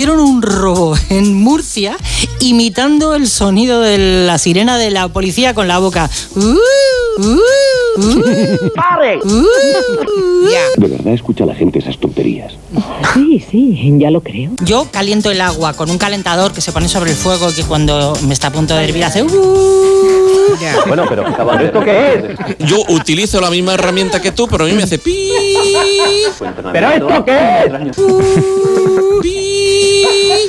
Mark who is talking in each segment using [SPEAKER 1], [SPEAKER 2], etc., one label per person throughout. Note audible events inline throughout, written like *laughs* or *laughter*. [SPEAKER 1] Hicieron un robo en Murcia imitando el sonido de la sirena de la policía con la boca. Uh, uh, uh,
[SPEAKER 2] ¡Pare!
[SPEAKER 1] uh.
[SPEAKER 3] De verdad escucha la gente esas tonterías.
[SPEAKER 2] Sí, sí, ya lo creo.
[SPEAKER 1] Yo caliento el agua con un calentador que se pone sobre el fuego y que cuando me está a punto de hervir hace. uh.
[SPEAKER 3] Bueno, pero ¿esto qué es?
[SPEAKER 4] este
[SPEAKER 5] Yo utilizo la misma herramienta que tú, pero a mí me hace pi.
[SPEAKER 3] ¿Pero esto qué es?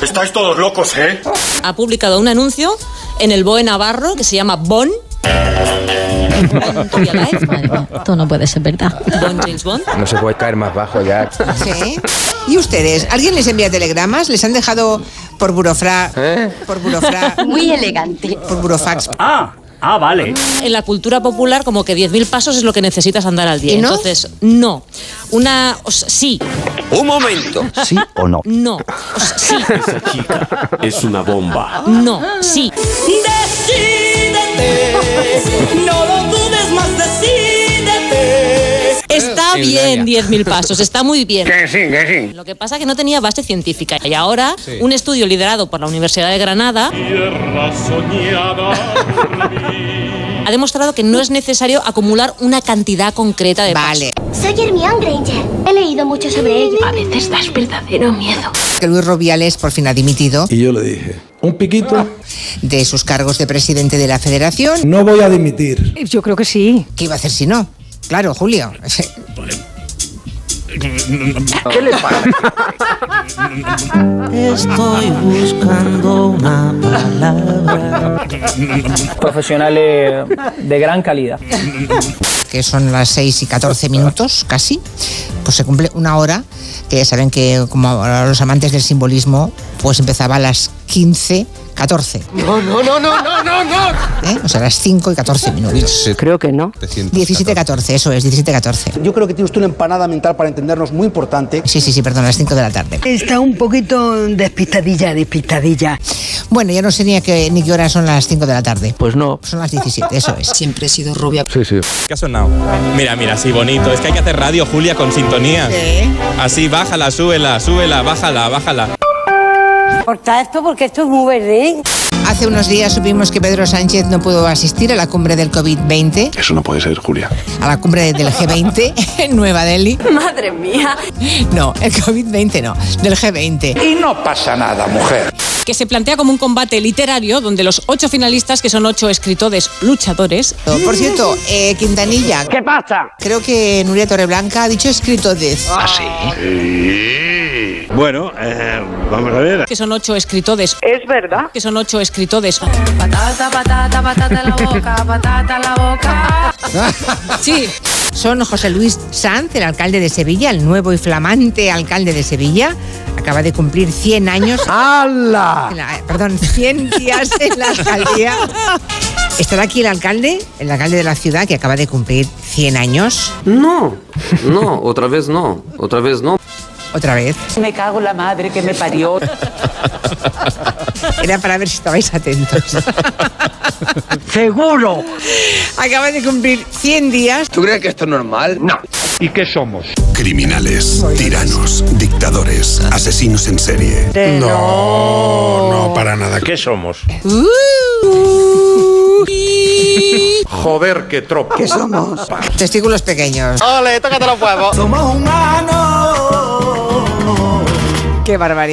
[SPEAKER 6] Estáis todos locos, ¿eh?
[SPEAKER 7] ha publicado un anuncio en el BOE Navarro que se llama Bon.
[SPEAKER 8] *laughs* Esto no puede ser verdad.
[SPEAKER 7] Bon James Bond.
[SPEAKER 9] No se puede caer más bajo ya.
[SPEAKER 10] ¿Ah, Sí. ¿Y ustedes? ¿Alguien les envía telegramas? ¿Les han dejado por burofra?
[SPEAKER 9] ¿Eh?
[SPEAKER 10] Por burofra.
[SPEAKER 8] Muy elegante.
[SPEAKER 10] Por burofax.
[SPEAKER 6] Ah, ah, vale.
[SPEAKER 7] En la cultura popular, como que 10.000 pasos es lo que necesitas andar al día.
[SPEAKER 10] ¿Y no?
[SPEAKER 7] Entonces, no. Una. o s- sí,
[SPEAKER 5] Un momento.
[SPEAKER 9] ¿Sí o no?
[SPEAKER 7] no. o s- sí,
[SPEAKER 4] Esa chica es una bomba.
[SPEAKER 7] no, sí.
[SPEAKER 2] No lo dudes más, decídete.
[SPEAKER 7] Está
[SPEAKER 5] En
[SPEAKER 7] bien
[SPEAKER 5] Dania.
[SPEAKER 7] 10.000 pasos, está muy bien.
[SPEAKER 6] Que sí, que sí.
[SPEAKER 7] Lo que pasa es que no tenía base científica. Y ahora, un estudio liderado por la Universidad de Granada ha demostrado que no es necesario acumular una cantidad concreta de pasos.
[SPEAKER 10] Vale.
[SPEAKER 8] Soy Hermione Granger. He leído mucho sobre ella. A veces das verdadero miedo.
[SPEAKER 10] Que Luis Robiales por fin ha dimitido
[SPEAKER 4] Y yo le dije, un piquito,
[SPEAKER 10] de sus cargos de presidente de la federación.
[SPEAKER 4] no voy a dimitir.
[SPEAKER 2] Yo creo que sí.
[SPEAKER 10] ¿Qué iba a hacer si no? Claro, Julio.
[SPEAKER 1] Estoy buscando una palabra.
[SPEAKER 2] Profesionales de gran calidad.
[SPEAKER 10] que son las 6 y 14 minutos casi, pues se cumple una hora, que ya saben que como a los amantes del simbolismo, pues empezaba a las 15, 14. No, no, no, no, no, no, no. ¿Eh? O sea, las 5 y 14 minutos.
[SPEAKER 2] Creo que no.
[SPEAKER 10] 17, 14, eso es, 17, 14.
[SPEAKER 3] Yo creo que tiene usted una empanada mental para entendernos muy importante.
[SPEAKER 10] Sí, sí, sí, perdón, las 5 de la tarde.
[SPEAKER 2] Está un poquito despistadilla, despistadilla.
[SPEAKER 10] Bueno, yo no sé ni, a qué, ni qué hora son las 5 de la tarde.
[SPEAKER 9] Pues no.
[SPEAKER 10] Son las 17, eso es.
[SPEAKER 8] Siempre he sido rubia.
[SPEAKER 9] Sí, sí.
[SPEAKER 5] ¿Qué ha sonado? Mira, mira, sí, bonito. Es que hay que hacer radio, Julia, con sintonía. Así, bájala, súbela, súbela, bájala, bájala.
[SPEAKER 2] Corta esto porque esto es muy verde.
[SPEAKER 10] Hace unos días supimos que Pedro Sánchez no pudo asistir a la cumbre del COVID-20,
[SPEAKER 3] Eso no puede ser, Julia.
[SPEAKER 10] a la cumbre del G20 *laughs* en Nueva Delhi.
[SPEAKER 8] Madre mía.
[SPEAKER 10] No, el COVID-20 no, del G20.
[SPEAKER 6] Y no pasa nada, mujer.
[SPEAKER 7] que se plantea como un combate literario donde los ocho finalistas, que son ocho escritores luchadores,
[SPEAKER 10] Por cierto, eh, Quintanilla,
[SPEAKER 2] ¿Qué pasa? Ah.
[SPEAKER 10] creo que Nuria Torreblanca ha dicho escrito de...
[SPEAKER 4] Bueno, vamos a ver.
[SPEAKER 7] que son ocho escritores,
[SPEAKER 2] Es verdad.
[SPEAKER 7] que son ocho escritores.
[SPEAKER 8] Patata, patata, patata en la boca, patata en la boca.
[SPEAKER 7] Sí,
[SPEAKER 10] Son José Luis Sanz, el alcalde de Sevilla, el nuevo y flamante alcalde de Sevilla. Acaba de cumplir 100 años.
[SPEAKER 3] ¡Hala!
[SPEAKER 10] en la- eh, perdón, 100 días en la alcaldía. Estará aquí el alcalde, el alcalde de la ciudad, que acaba de cumplir 100 años,
[SPEAKER 2] No.
[SPEAKER 11] No, otra vez no, otra vez no.
[SPEAKER 10] otra vez.
[SPEAKER 2] Me cago en la madre que me parió.
[SPEAKER 10] Era para ver si estabais atentos.
[SPEAKER 6] *laughs*
[SPEAKER 2] Seguro.
[SPEAKER 10] Acaba de cumplir 100 días
[SPEAKER 11] ¿Tú crees que esto es normal? No.
[SPEAKER 6] ¿Y qué somos?
[SPEAKER 4] Criminales, tiranos, dictadores, asesinos en serie. No, no, para nada. ¿Qué somos?
[SPEAKER 10] Uh.
[SPEAKER 11] Joder, qué tropa.
[SPEAKER 10] Testículos pequeños. ¡Ole, tócate los huevos! ¡Somos humanos! ¡Qué barbaridad!